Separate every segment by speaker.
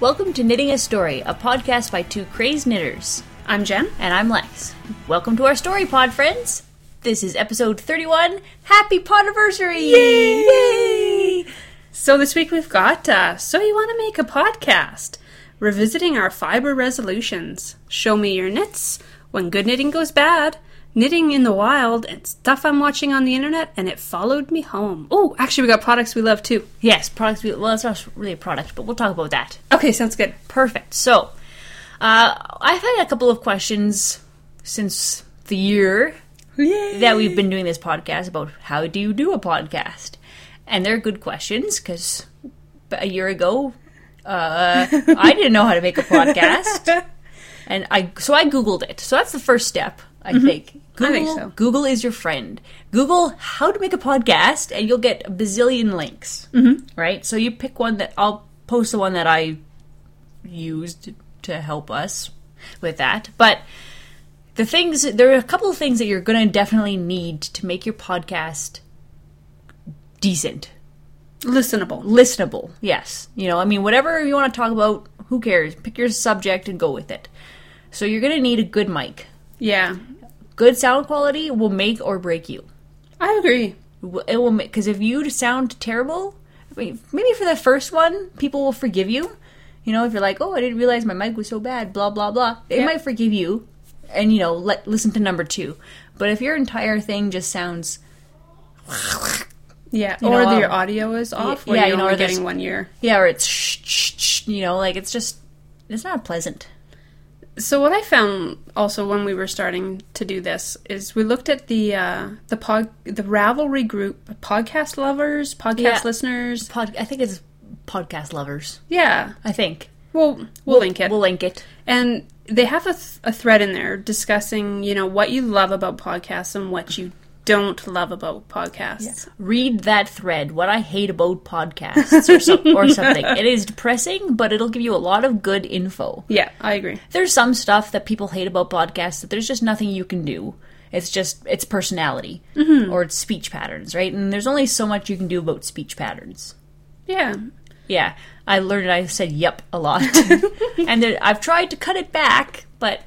Speaker 1: Welcome to Knitting a Story, a podcast by two crazed knitters.
Speaker 2: I'm Jen.
Speaker 1: And I'm Lex. Welcome to our story pod, friends. This is episode 31. Happy Podiversary! Yay!
Speaker 2: So this week we've got uh, So You Want to Make a Podcast, revisiting our fiber resolutions. Show me your knits, when good knitting goes bad, knitting in the wild, and stuff I'm watching on the internet, and it followed me home. Oh, actually, we got products we love too.
Speaker 1: Yes, products. we- Well, it's not really a product, but we'll talk about that.
Speaker 2: Okay, sounds good.
Speaker 1: Perfect. So, uh, I've had a couple of questions since the year that we've been doing this podcast about how do you do a podcast, and they're good questions because a year ago uh, I didn't know how to make a podcast, and I so I googled it. So that's the first step, I think. Google,
Speaker 2: Mm-hmm. think so.
Speaker 1: Google is your friend. Google how to make a podcast, and you'll get a bazillion links.
Speaker 2: Mm-hmm.
Speaker 1: Right. So you pick one that I'll post the one that I used to help us with that. But the things there are a couple of things that you're going to definitely need to make your podcast decent,
Speaker 2: Listenable.
Speaker 1: listenable. Yes. You know, I mean whatever you want to talk about, who cares? Pick your subject and go with it. So you're going to need a good mic.
Speaker 2: Yeah,
Speaker 1: Good sound quality will make or break you.
Speaker 2: I agree.
Speaker 1: It will make because if you sound terrible, I mean, maybe for the first one, people will forgive you. You know, if you're like, "Oh, I didn't realize my mic was so bad," blah blah blah, they
Speaker 2: Yeah.
Speaker 1: might forgive you, and you know, let listen to number two. But if your entire thing just sounds
Speaker 2: Yeah,
Speaker 1: You
Speaker 2: or
Speaker 1: know,
Speaker 2: the-
Speaker 1: um,
Speaker 2: your audio is off, or
Speaker 1: yeah,
Speaker 2: yeah,
Speaker 1: you
Speaker 2: you're
Speaker 1: know,
Speaker 2: only
Speaker 1: or there's-
Speaker 2: getting one ear.
Speaker 1: yeah, or it's shh, shh, shh, you know, like it's just it's not pleasant.
Speaker 2: So what I found also when we were starting to do this is we looked at the uh, the pod the Ravelry group podcast lovers, podcast
Speaker 1: Yeah.
Speaker 2: listeners.
Speaker 1: Pod, I think it's podcast lovers.
Speaker 2: Yeah,
Speaker 1: I think
Speaker 2: well we'll, we'll link it,
Speaker 1: We'll link it.
Speaker 2: and they have a, th- a thread in there discussing you know what you love about podcasts and what you don't love about podcasts.
Speaker 1: Read that thread. What I hate about podcasts or, so, or something. It is depressing, but it'll give you a lot of good info.
Speaker 2: Yeah, I agree.
Speaker 1: there's some stuff that people hate about podcasts that there's just nothing you can do. It's just it's personality or it's speech patterns, right? And there's only so much you can do about speech patterns.
Speaker 2: Yeah,
Speaker 1: Yeah, I learned. I said "yep" a lot, and there, I've tried to cut it back, but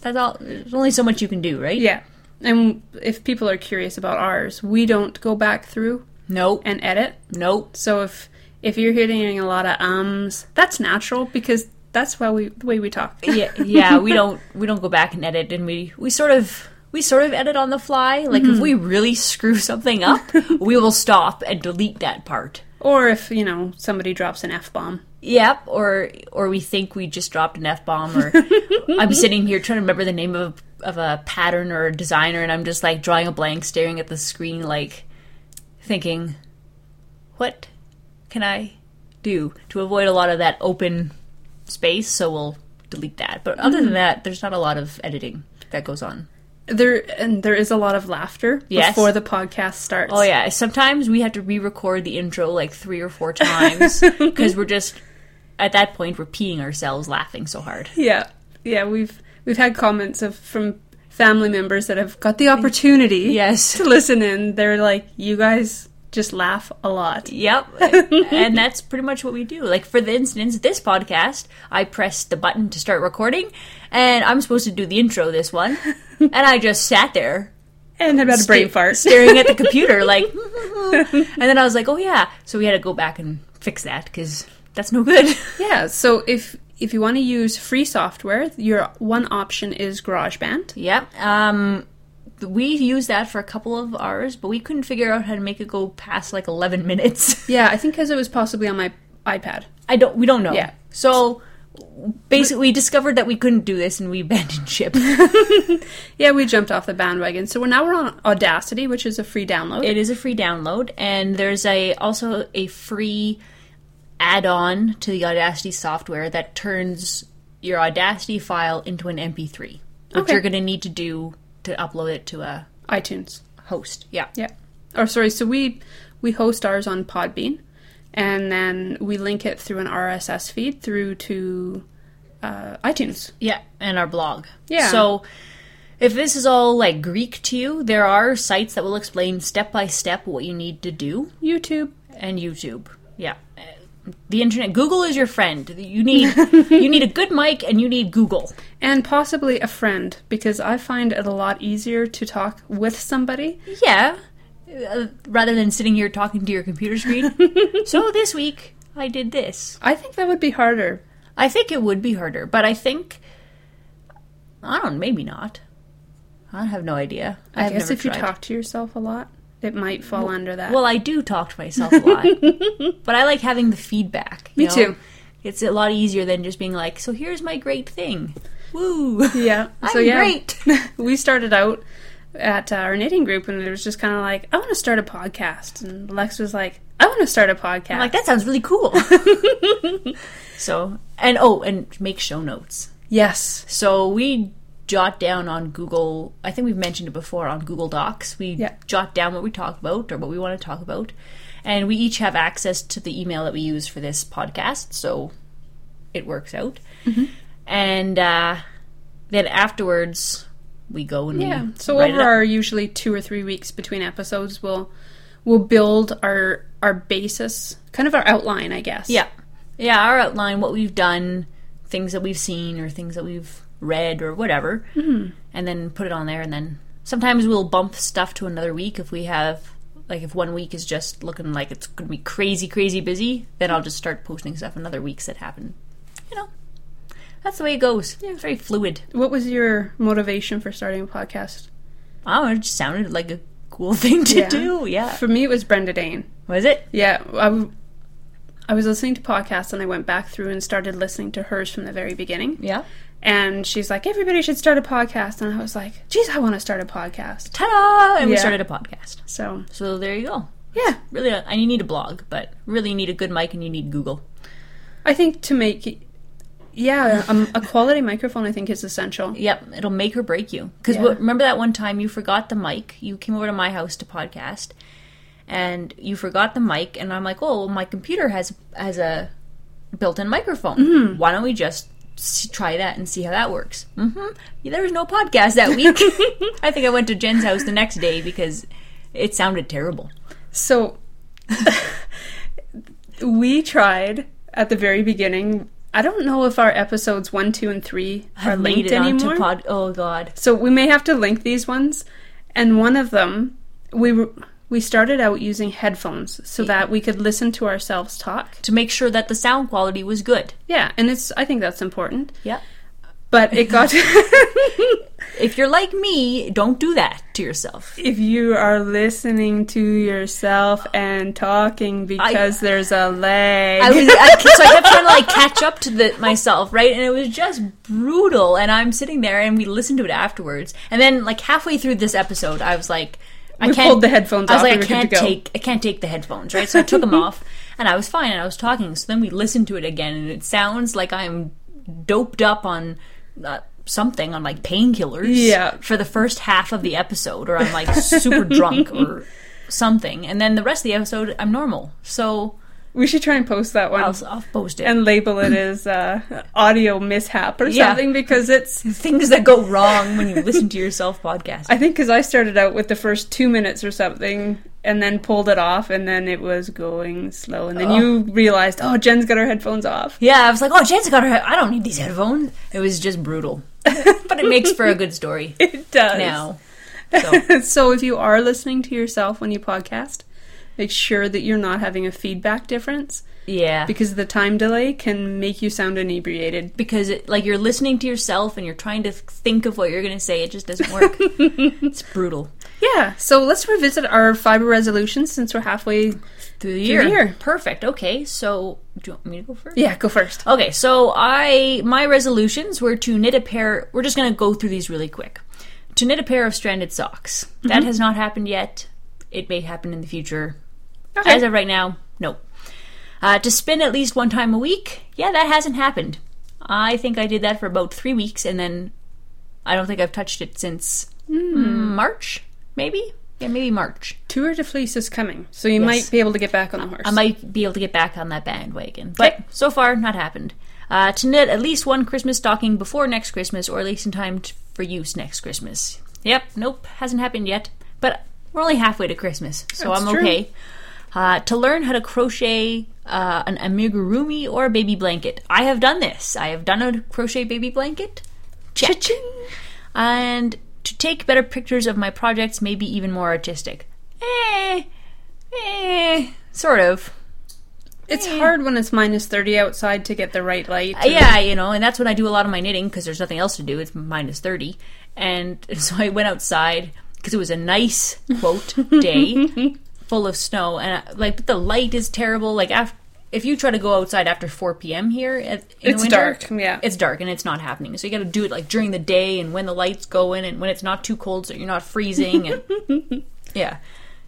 Speaker 1: that's all. There's only so much you can do, right?
Speaker 2: yeah. And if people are curious about ours, we don't go back through
Speaker 1: Nope.
Speaker 2: and edit.
Speaker 1: Nope.
Speaker 2: So if if you're hearing a lot of ums, that's natural because that's why we the way we talk.
Speaker 1: yeah, yeah. We don't. We don't go back and edit, and we we sort of. We sort of edit on the fly. Like if we really screw something up, we will stop and delete that part.
Speaker 2: Or if you know somebody drops an f bomb.
Speaker 1: Yep, or or we think we just dropped an f bomb, or I'm sitting here trying to remember the name of of a pattern or a designer, and I'm just like drawing a blank, staring at the screen, like thinking, what can I do to avoid a lot of that open space? So we'll delete that. But other than that, there's not a lot of editing that goes on.
Speaker 2: There and there is a lot of laughter
Speaker 1: Yes.
Speaker 2: before the podcast starts.
Speaker 1: Oh yeah, sometimes we have to re-record the intro like three or four times because we're just at that point we're peeing ourselves laughing so hard.
Speaker 2: yeah, yeah. We've we've had comments of from family members that have got the opportunity
Speaker 1: Yes.
Speaker 2: to listen in. They're like, you guys just laugh a lot.
Speaker 1: Yep. and that's pretty much what we do. Like, for the instance, this podcast, I pressed the button to start recording, and I'm supposed to do the intro this one. And I just sat there
Speaker 2: And had about a brain
Speaker 1: sta-
Speaker 2: fart.
Speaker 1: staring at the computer, like, and then I was like, oh yeah. So we had to go back and fix that because that's no good.
Speaker 2: yeah. So if if you want to use free software, your one option is GarageBand.
Speaker 1: yep. Um, we used that for a couple of hours, but we couldn't figure out how to make it go past like 11 minutes.
Speaker 2: Yeah, I think because it was possibly on my iPad.
Speaker 1: I don't, we don't know.
Speaker 2: Yeah.
Speaker 1: So basically, we discovered that we couldn't do this and we abandoned ship.
Speaker 2: Yeah, we jumped off the bandwagon. So we're now we're on Audacity, which is a free download.
Speaker 1: It is a free download, and there's a also a free add-on to the Audacity software that turns your Audacity file into an MP3, which
Speaker 2: Okay.
Speaker 1: you're going to need to do to upload it to a
Speaker 2: iTunes.
Speaker 1: host. Yeah,
Speaker 2: Yeah. Or sorry, so we we host ours on Podbean and then we link it through an RSS feed through to uh, iTunes.
Speaker 1: yeah, and our blog.
Speaker 2: Yeah.
Speaker 1: So if this is all like Greek to you, there are sites that will explain step by step what you need to do,
Speaker 2: YouTube.
Speaker 1: and YouTube. Yeah. Uh, the internet. Google is your friend. You need you need a good mic and you need Google.
Speaker 2: And possibly a friend, because I find it a lot easier to talk with somebody.
Speaker 1: Yeah. Uh, rather than sitting here talking to your computer screen. so this week I did this.
Speaker 2: I think that would be harder.
Speaker 1: I think it would be harder, but I think I don't. Maybe not. I have no idea.
Speaker 2: I
Speaker 1: have
Speaker 2: guess
Speaker 1: never
Speaker 2: if you
Speaker 1: tried.
Speaker 2: talk to yourself a lot, it might fall under that.
Speaker 1: Well, I do talk to myself a lot, but I like having the feedback. you
Speaker 2: Me too.
Speaker 1: It's a lot easier than just being like, "So here's my great thing." Woo!
Speaker 2: yeah.
Speaker 1: I'm
Speaker 2: So yeah,
Speaker 1: great.
Speaker 2: we started out at uh, our knitting group, and it was just kind of like, I want to start a podcast, and Lex was like, I want to start a podcast.
Speaker 1: I'm like, that sounds really cool. so, and oh, and make show notes.
Speaker 2: yes.
Speaker 1: So we jot down on Google, I think we've mentioned it before on Google Docs. We
Speaker 2: Yeah.
Speaker 1: jot down what we talk about or what we want to talk about. And we each have access to the email that we use for this podcast. So it works out.
Speaker 2: Mm-hmm.
Speaker 1: And uh, then afterwards, we go and
Speaker 2: Yeah.
Speaker 1: we
Speaker 2: Mm-hmm. So
Speaker 1: write it
Speaker 2: over
Speaker 1: up.
Speaker 2: our usually two or three weeks between episodes, we'll we'll build our our basis, kind of our outline, I guess.
Speaker 1: Yeah. Yeah, our outline, what we've done, things that we've seen or things that we've read or whatever. Mm. And then put it on there. And then sometimes we'll bump stuff to another week if we have, like, if one week is just looking like it's going to be crazy, crazy busy, then I'll just start posting stuff in other weeks that happen. You know, that's the way it goes. Yeah. It's very fluid.
Speaker 2: What was your motivation for starting a podcast?
Speaker 1: I don't know, it just sounded like a cool thing to
Speaker 2: Yeah.
Speaker 1: do. Yeah.
Speaker 2: For me, it was Brenda Dane.
Speaker 1: Was it?
Speaker 2: Yeah, I, w- I was listening to podcasts and I went back through and started listening to hers from the very beginning.
Speaker 1: Yeah.
Speaker 2: And she's like, everybody should start a podcast. And I was like, geez, I want to start a podcast.
Speaker 1: Ta da! And we
Speaker 2: Yeah.
Speaker 1: started a podcast.
Speaker 2: So,
Speaker 1: So there you go.
Speaker 2: yeah,
Speaker 1: really and you need a blog but really you need a good mic and you need google
Speaker 2: I think to make, yeah, um, a quality microphone I think is essential.
Speaker 1: yep it'll make or break you because
Speaker 2: Yeah.
Speaker 1: remember that one time you forgot the mic you came over to my house to podcast and you forgot the mic and i'm like oh well, my computer has has a built-in microphone why don't we just s- try that and see how that works hmm there was no podcast that week i think i went to jen's house the next day because it sounded terrible
Speaker 2: So, we tried at the very beginning. I don't know if our episodes one, two, and three are linked
Speaker 1: Made it onto
Speaker 2: anymore.
Speaker 1: pod- oh god
Speaker 2: So we may have to link these ones. And one of them, we were- we started out using headphones so that we could listen to ourselves talk.
Speaker 1: to make sure that the sound quality was good
Speaker 2: Yeah, and it's I think that's important.
Speaker 1: yep
Speaker 2: But it got
Speaker 1: If you're like me, don't do that to yourself.
Speaker 2: if you are listening to yourself and talking because there's a lag.
Speaker 1: I was I, so I kept trying to like catch up to the, myself, right? And it was just brutal. And I'm sitting there, and we listened to it afterwards. And then like halfway through this episode, I was like, I
Speaker 2: We
Speaker 1: can't
Speaker 2: pulled the headphones
Speaker 1: I was
Speaker 2: off,
Speaker 1: like,
Speaker 2: we
Speaker 1: I
Speaker 2: were good to
Speaker 1: can't
Speaker 2: go.
Speaker 1: take I can't take the headphones, right? So I took them off, and I was fine, and I was talking. So then we listened to it again, and it sounds like I'm doped up on. Uh, Something on like painkillers
Speaker 2: Yeah.
Speaker 1: for the first half of the episode, or I'm like super drunk or something, and then the rest of the episode I'm normal. So
Speaker 2: we should try and post that one
Speaker 1: I'll, I'll post it.
Speaker 2: and label it as uh, audio mishap or
Speaker 1: Yeah.
Speaker 2: something because it's
Speaker 1: things that go wrong when you listen to yourself podcast.
Speaker 2: I think because I started out with the first two minutes or something, and then pulled it off, and then it was going slow, and then
Speaker 1: Oh.
Speaker 2: you realized, oh, Jen's got her headphones off.
Speaker 1: yeah, I was like, oh, Jen's got her. head- I don't need these headphones. It was just brutal, but it makes for a good story
Speaker 2: It does
Speaker 1: now. So
Speaker 2: so if you are listening to yourself when you podcast, make sure that you're not having a feedback difference
Speaker 1: yeah,
Speaker 2: because the time delay can make you sound inebriated.
Speaker 1: because it, like you're listening to yourself and you're trying to think of what you're gonna say. It just doesn't work. it's brutal
Speaker 2: Yeah. So let's revisit our fiber resolutions since we're halfway.
Speaker 1: through the
Speaker 2: the year.
Speaker 1: Perfect. Okay, so do you want me to go first?
Speaker 2: Yeah, go first.
Speaker 1: Okay, so I my resolutions were to knit a pair. We're just going to go through these really quick. To knit a pair of stranded socks. That has not happened yet. It may happen in the future.
Speaker 2: Okay.
Speaker 1: As of right now, no. Uh, to spin at least one time a week. Yeah, that hasn't happened. I think I did that for about three weeks, and then I don't think I've touched it since mm, March. Maybe, yeah, maybe March.
Speaker 2: Tour de Fleece is coming, so you
Speaker 1: Yes.
Speaker 2: might be able to get back on the horse.
Speaker 1: I might be able to get back on that bandwagon. But so far, not happened. Uh, to knit at least one Christmas stocking before next Christmas, or at least in time t- for use next Christmas. Yep, nope, hasn't happened yet. But we're only halfway to Christmas, so
Speaker 2: That's
Speaker 1: I'm
Speaker 2: true.
Speaker 1: okay. Uh, to learn how to crochet uh, an amigurumi or a baby blanket. I have done this. I have done a crochet baby blanket. Check. And to take better pictures of my projects, maybe even more artistic. Eh, eh, sort of.
Speaker 2: It's hard when it's minus 30 outside to get the right light.
Speaker 1: Uh, Yeah, you know, and that's when I do a lot of my knitting because there's nothing else to do. It's minus 30. And so I went outside because it was a nice, quote, day full of snow. And I, like, but the light is terrible. Like, af if you try to go outside after 4 p.m. here at, in
Speaker 2: It's
Speaker 1: the winter,
Speaker 2: dark, yeah.
Speaker 1: It's dark and it's not happening. So you got to do it like during the day and when the lights go in and when it's not too cold so you're not freezing. And yeah,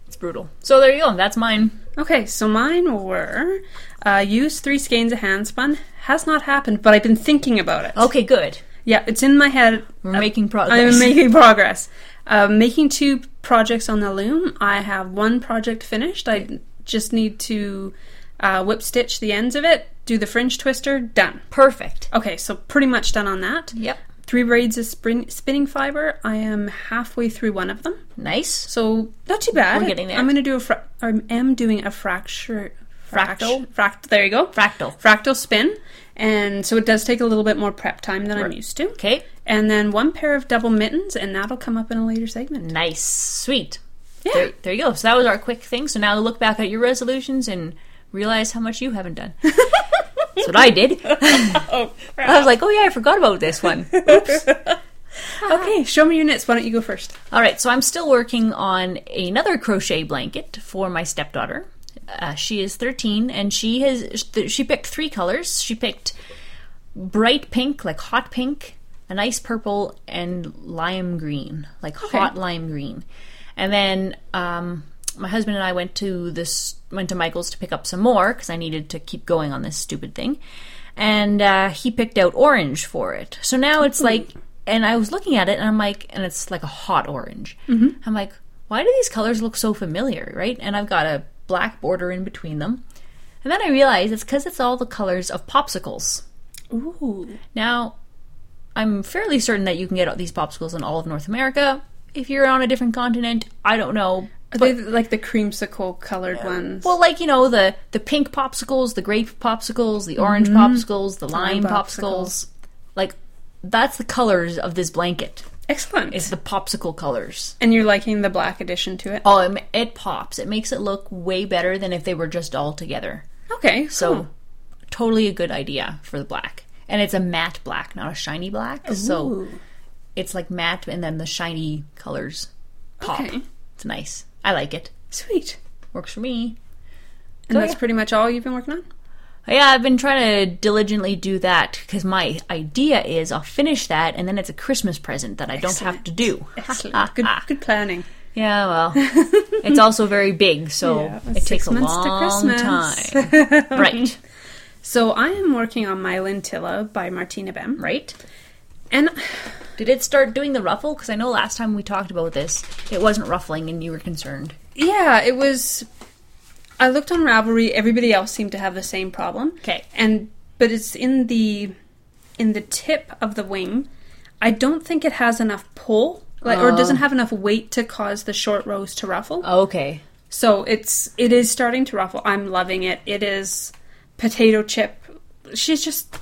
Speaker 1: it's brutal. So there you go. That's mine.
Speaker 2: Okay, so mine were uh, use three skeins of handspun. Has not happened, but I've been thinking about it.
Speaker 1: Okay, good.
Speaker 2: Yeah, it's in my head.
Speaker 1: We're making progress.
Speaker 2: I'm making progress. Uh, making two projects on the loom. I have one project finished. I just need to uh, whip stitch the ends of it, do the fringe twister, done.
Speaker 1: Perfect.
Speaker 2: Okay, so pretty much done on that.
Speaker 1: Yep.
Speaker 2: Three braids of spring, spinning fiber. I am halfway through one of them,
Speaker 1: Nice.
Speaker 2: so not too bad.
Speaker 1: We're getting there.
Speaker 2: I'm gonna do a. Fra- I am doing a fracture.
Speaker 1: Fractal?
Speaker 2: Fractal. There you go.
Speaker 1: Fractal.
Speaker 2: Fractal spin, and so it does take a little bit more prep time than I'm used to.
Speaker 1: Okay.
Speaker 2: And then one pair of double mittens, and that'll come up in a later segment.
Speaker 1: Nice. Sweet.
Speaker 2: Yeah.
Speaker 1: There, there you go. So that was our quick thing. So now look back at your resolutions and realize how much you haven't done. That's what I did.
Speaker 2: Oh,
Speaker 1: I was like, oh yeah, I forgot about this one.
Speaker 2: Uh, okay. Show me your knits. Why don't you go first?
Speaker 1: All right, so I'm still working on another crochet blanket for my stepdaughter. Uh, she is 13, and she has th- she picked three colors. She picked bright pink, like hot pink, a nice purple, and lime green, like hot lime green. And then um, my husband and I went to this went to Michael's to pick up some more because I needed to keep going on this stupid thing. And uh, he picked out orange for it. So now it's like, and I was looking at it, and I'm like, and it's like a hot orange. I'm like, why do these colors look so familiar, right? And I've got a black border in between them. And then I realized it's because it's all the colors of popsicles.
Speaker 2: Ooh.
Speaker 1: Now, I'm fairly certain that you can get these popsicles in all of North America. If you're on a different continent, I don't know.
Speaker 2: Are they like the creamsicle colored ones?
Speaker 1: Well, like you know, the the pink popsicles, the grape popsicles, the orange popsicles, the lime popsicles.
Speaker 2: popsicles.
Speaker 1: Like that's the colors of this blanket.
Speaker 2: Excellent.
Speaker 1: It's the popsicle colors.
Speaker 2: and you're liking the black addition to it?
Speaker 1: Oh, it, ma- it pops. It makes it look way better than if they were just all together.
Speaker 2: Okay.
Speaker 1: Oh, So,
Speaker 2: cool.
Speaker 1: totally a good idea for the black. And it's a matte black, not a shiny black. So
Speaker 2: Ooh.
Speaker 1: it's like matte and then the shiny colors pop.
Speaker 2: Okay.
Speaker 1: It's nice. I like it.
Speaker 2: sweet.
Speaker 1: Works for me.
Speaker 2: And
Speaker 1: So,
Speaker 2: that's
Speaker 1: yeah.
Speaker 2: pretty much all you've been working on?
Speaker 1: Yeah, I've been trying to diligently do that because my idea is I'll finish that and then it's a Christmas present that I don't have to do. Ah,
Speaker 2: Excellent. good, good planning.
Speaker 1: Yeah, well, it's also very big, so
Speaker 2: Yeah,
Speaker 1: it
Speaker 2: six
Speaker 1: takes a
Speaker 2: months to
Speaker 1: long time.
Speaker 2: Christmas.
Speaker 1: right,
Speaker 2: So I am working on My Lintilla by Martina Bem.
Speaker 1: right.
Speaker 2: And
Speaker 1: Did it start doing the ruffle? Because I know last time we talked about this, it wasn't ruffling and you were concerned.
Speaker 2: yeah, it was. I looked on Ravelry. Everybody else seemed to have the same problem.
Speaker 1: 'Kay.
Speaker 2: And but it's in the in the tip of the wing. I don't think it has enough pull, like, or it doesn't have enough weight to cause the short rows to ruffle.
Speaker 1: Okay.
Speaker 2: So it's it is starting to ruffle. I'm loving it. It is potato chip. She's just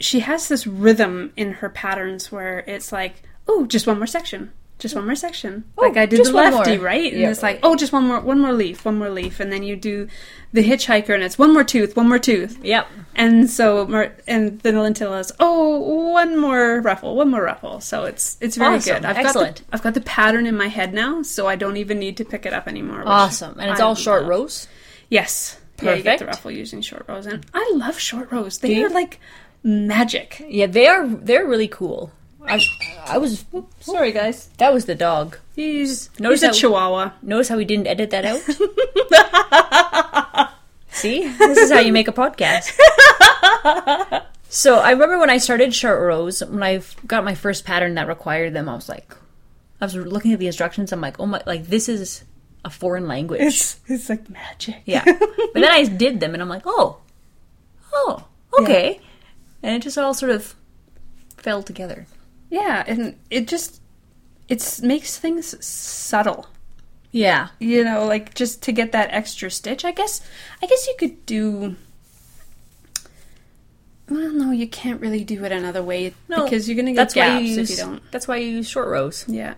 Speaker 2: she has this rhythm in her patterns where it's like, oh, just one more section. Just one more section. like I did
Speaker 1: Oh, just
Speaker 2: the
Speaker 1: one
Speaker 2: lefty,
Speaker 1: more.
Speaker 2: right? And
Speaker 1: Yeah.
Speaker 2: it's like, oh, just one more one more leaf, one more leaf, and then you do the hitchhiker and it's one more tooth, one more tooth.
Speaker 1: Yep.
Speaker 2: And so Mar- and then Lintilla is, oh, one more ruffle, one more ruffle. So it's it's very
Speaker 1: Awesome.
Speaker 2: good. I've Got
Speaker 1: Excellent.
Speaker 2: the, I've got the pattern in my head now, so I don't even need to pick it up anymore. which
Speaker 1: Awesome. And it's
Speaker 2: I
Speaker 1: all short
Speaker 2: love.
Speaker 1: rows?
Speaker 2: Yes. Yeah, you get the
Speaker 1: Perfect.
Speaker 2: ruffle using short rows, and I love short rows. They
Speaker 1: you?
Speaker 2: are like magic.
Speaker 1: Yeah, they are they're really cool. I I was
Speaker 2: Sorry, guys.
Speaker 1: that was the dog.
Speaker 2: He's,
Speaker 1: Notice
Speaker 2: he's a
Speaker 1: that-
Speaker 2: chihuahua.
Speaker 1: Notice how we didn't edit that out? See? This is how you make a podcast. so I remember when I started short rows, when I got my first pattern that required them, I was like, I was looking at the instructions. I'm like, oh my, like this is a foreign language.
Speaker 2: It's it's like magic.
Speaker 1: yeah. But then I did them and I'm like, oh, oh, okay. And it just all sort of fell together.
Speaker 2: Yeah, and it just it makes things subtle.
Speaker 1: Yeah.
Speaker 2: you know like just to get that extra stitch i guess i guess you could do well no you can't really do it another way
Speaker 1: No,
Speaker 2: because you're gonna get
Speaker 1: That's
Speaker 2: gaps
Speaker 1: why you use.
Speaker 2: if you don't
Speaker 1: That's why you use short rows.
Speaker 2: yeah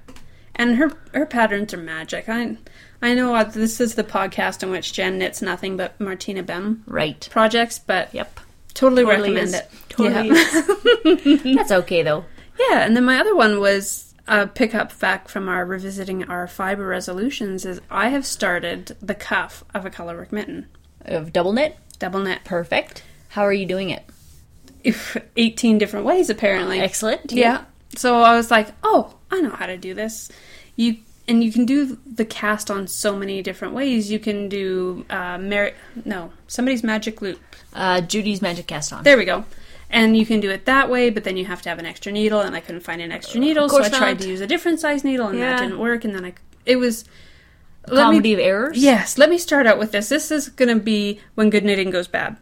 Speaker 2: and her her patterns are magic i i know uh, this is the podcast in which jen knits nothing but martina bem
Speaker 1: Right.
Speaker 2: projects but
Speaker 1: Yep.
Speaker 2: totally,
Speaker 1: Totally
Speaker 2: recommend
Speaker 1: is.
Speaker 2: it
Speaker 1: Totally
Speaker 2: yeah.
Speaker 1: That's okay though.
Speaker 2: Yeah, and then my other one was a pickup fact from our revisiting our fiber resolutions is I have started the cuff of a coloric mitten.
Speaker 1: Of double knit.
Speaker 2: Double knit.
Speaker 1: Perfect. How are you doing it?
Speaker 2: 18 different ways apparently.
Speaker 1: Excellent.
Speaker 2: Yeah. So I was like, "Oh, I know how to do this." You and you can do the cast on so many different ways. You can do uh Mary no, somebody's magic loop.
Speaker 1: Uh, Judy's magic cast on.
Speaker 2: There we go. And you can do it that way, but then you have to have an extra needle, and I couldn't find an extra needle, so I
Speaker 1: course
Speaker 2: tried
Speaker 1: not.
Speaker 2: to use a different size needle, and
Speaker 1: Yeah.
Speaker 2: that didn't work. And then I, it was let
Speaker 1: Comedy
Speaker 2: Me,
Speaker 1: of errors.
Speaker 2: yes, let me start out with this. This is going to be when good knitting goes bad.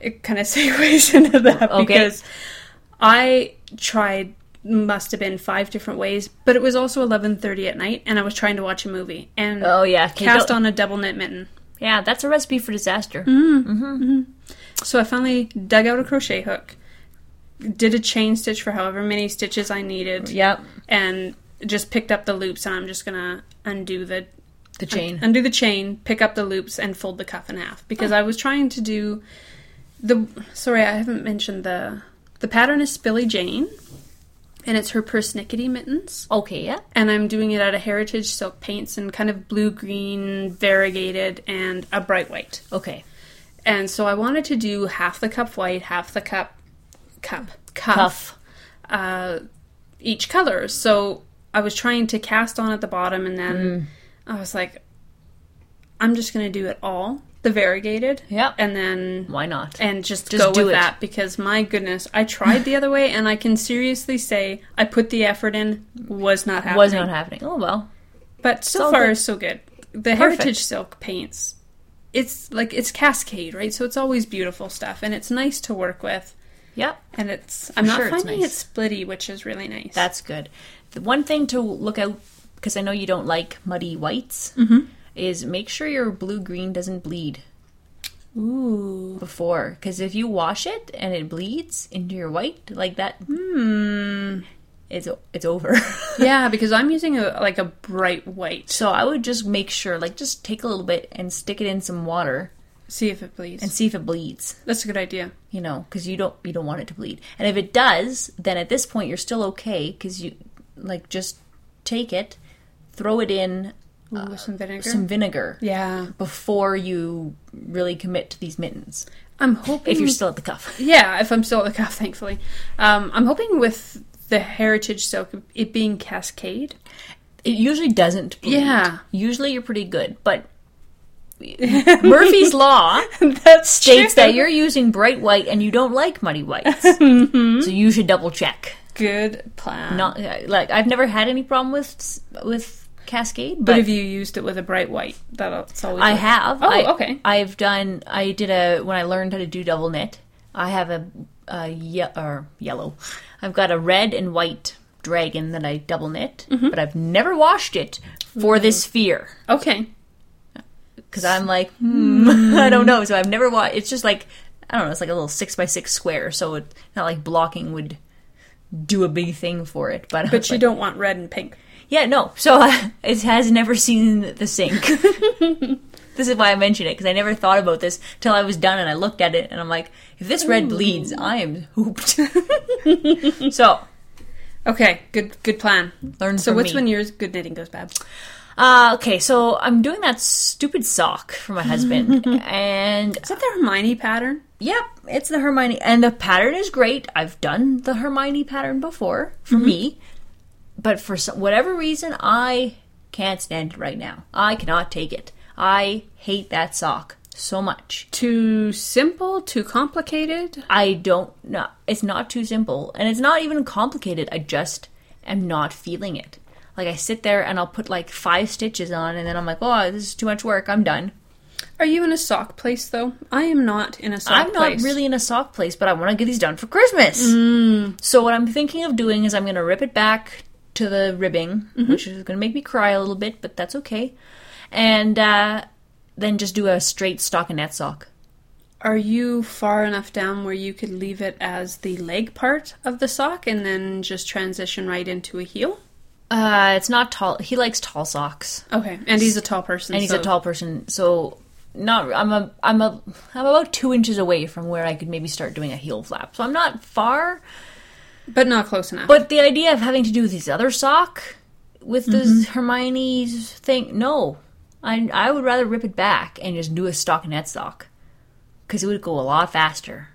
Speaker 2: It kind of segues into that
Speaker 1: Okay.
Speaker 2: because I tried must have been five different ways, but it was also eleven thirty at night, and I was trying to watch a movie and
Speaker 1: Oh yeah. Okay,
Speaker 2: cast
Speaker 1: don't-
Speaker 2: on a double knit mitten.
Speaker 1: Yeah, that's a recipe for disaster.
Speaker 2: So I finally dug out a crochet hook, did a chain stitch for however many stitches I needed,
Speaker 1: Yep.
Speaker 2: and just picked up the loops. And I'm just gonna undo the
Speaker 1: The chain.
Speaker 2: undo the chain, pick up the loops, and fold the cuff in half because I was trying to do the. Sorry, I haven't mentioned the the pattern is Spilly Jane, and it's her persnickety mittens.
Speaker 1: Okay. Yeah.
Speaker 2: And I'm doing it out of heritage silk paints and kind of blue green, variegated, and a bright white.
Speaker 1: Okay.
Speaker 2: And so I wanted to do half the cup white, half the cup cup cuff,
Speaker 1: Cuff.
Speaker 2: Uh, each color. So I was trying to cast on at the bottom, and
Speaker 1: Mm.
Speaker 2: then I was like, I'm just going to do it all the variegated,
Speaker 1: Yep.
Speaker 2: and then
Speaker 1: Why not?
Speaker 2: and just,
Speaker 1: Just
Speaker 2: go
Speaker 1: do
Speaker 2: with
Speaker 1: it.
Speaker 2: that because my goodness, I tried the other way, and I can seriously say I put the effort in, was not happening.
Speaker 1: Was not happening. Oh well.
Speaker 2: But so
Speaker 1: all
Speaker 2: far,
Speaker 1: good.
Speaker 2: so good. The heritage silk paints. It's like it's cascade, right? So it's always beautiful stuff, and it's nice to work with.
Speaker 1: Yep.
Speaker 2: And it's I'm not
Speaker 1: sure it's
Speaker 2: finding
Speaker 1: nice.
Speaker 2: it splitty, which is really nice.
Speaker 1: That's good. The one thing to look out because I know you don't like muddy whites is make sure your blue green doesn't bleed
Speaker 2: Ooh,
Speaker 1: before because if you wash it and it bleeds into your white like that, hmm, it's o- it's over.
Speaker 2: yeah, because I'm using a like a bright white.
Speaker 1: so I would just make sure like just take a little bit and stick it in some water
Speaker 2: See if it bleeds.
Speaker 1: and see if it bleeds.
Speaker 2: That's a good idea.
Speaker 1: you know because you don't you don't want it to bleed and if it does then at this point you're still okay because you like just take it throw it in
Speaker 2: Ooh, with some vinegar.
Speaker 1: Uh, some vinegar
Speaker 2: yeah,
Speaker 1: before you really commit to these mittens
Speaker 2: I'm hoping
Speaker 1: if you're still at the cuff
Speaker 2: Yeah, if I'm still at the cuff, thankfully. Um, I'm hoping with the heritage silk, it being cascade.
Speaker 1: it usually doesn't bleed.
Speaker 2: Yeah.
Speaker 1: usually you're pretty good but murphy's law
Speaker 2: That's
Speaker 1: states that you're using bright white and you don't like muddy whites
Speaker 2: Mm-hmm.
Speaker 1: so you should double check
Speaker 2: good plan.
Speaker 1: not like i've never had any problem with with cascade
Speaker 2: But if you used it with a bright white, that's always.
Speaker 1: I
Speaker 2: works.
Speaker 1: have.
Speaker 2: Oh,
Speaker 1: I,
Speaker 2: okay.
Speaker 1: I've done. I did a when I learned how to do double knit. I have a, a ye- or yellow. I've got a red and white dragon that I double knit,
Speaker 2: Mm-hmm.
Speaker 1: but I've never washed it for this fear
Speaker 2: Okay.
Speaker 1: because I'm like, hmm, I don't know. So I've never washed. It's just like I don't know. It's like a little six by six square, so it not like blocking would do a big thing for it. But I
Speaker 2: But
Speaker 1: was
Speaker 2: you
Speaker 1: like,
Speaker 2: don't want red and pink.
Speaker 1: yeah, no. So uh, it has never seen the sink. this is why I mention it because I never thought about this till I was done and I looked at it and I'm like, if this red bleeds, I am hooped. so
Speaker 2: Okay, good good plan.
Speaker 1: learn
Speaker 2: So
Speaker 1: from
Speaker 2: what's
Speaker 1: me.
Speaker 2: when yours good knitting goes bad?
Speaker 1: uh, okay, so I'm doing that stupid sock for my husband, and
Speaker 2: Is that the Hermione pattern?
Speaker 1: Yep, it's the Hermione, and the pattern is great. I've done the Hermione pattern before for me, but for some, whatever reason, I can't stand it right now. I cannot take it. I hate that sock so much.
Speaker 2: Too simple, too complicated.
Speaker 1: I don't know. It's not too simple, and it's not even complicated. I just am not feeling it. Like I sit there and I'll put like five stitches on, and then I'm like, oh, this is too much work. I'm done.
Speaker 2: Are you in a sock place though? I am not in a sock
Speaker 1: I'm not
Speaker 2: place.
Speaker 1: really in a sock
Speaker 2: Mm.
Speaker 1: place, but I want to get these done for Christmas. So what I'm thinking of doing is I'm going to rip it back to the ribbing,
Speaker 2: Mm-hmm.
Speaker 1: which is going to make me cry a little bit, but that's okay. And uh, then just do a straight stockinette sock.
Speaker 2: Are you far enough down where you could leave it as the leg part of the sock and then just transition right into a heel?
Speaker 1: Uh, it's not tall. He likes tall socks,
Speaker 2: Okay. And he's a tall person.
Speaker 1: and he's
Speaker 2: so-
Speaker 1: a tall person, so not. I'm a. I'm a. I'm about two inches away from where I could maybe start doing a heel flap, so I'm not far.
Speaker 2: but not close enough.
Speaker 1: But the idea of having to do this other sock with this Hermione's thing, no. I, I would rather rip it back and just do a stockinette sock. Because it would go a lot faster.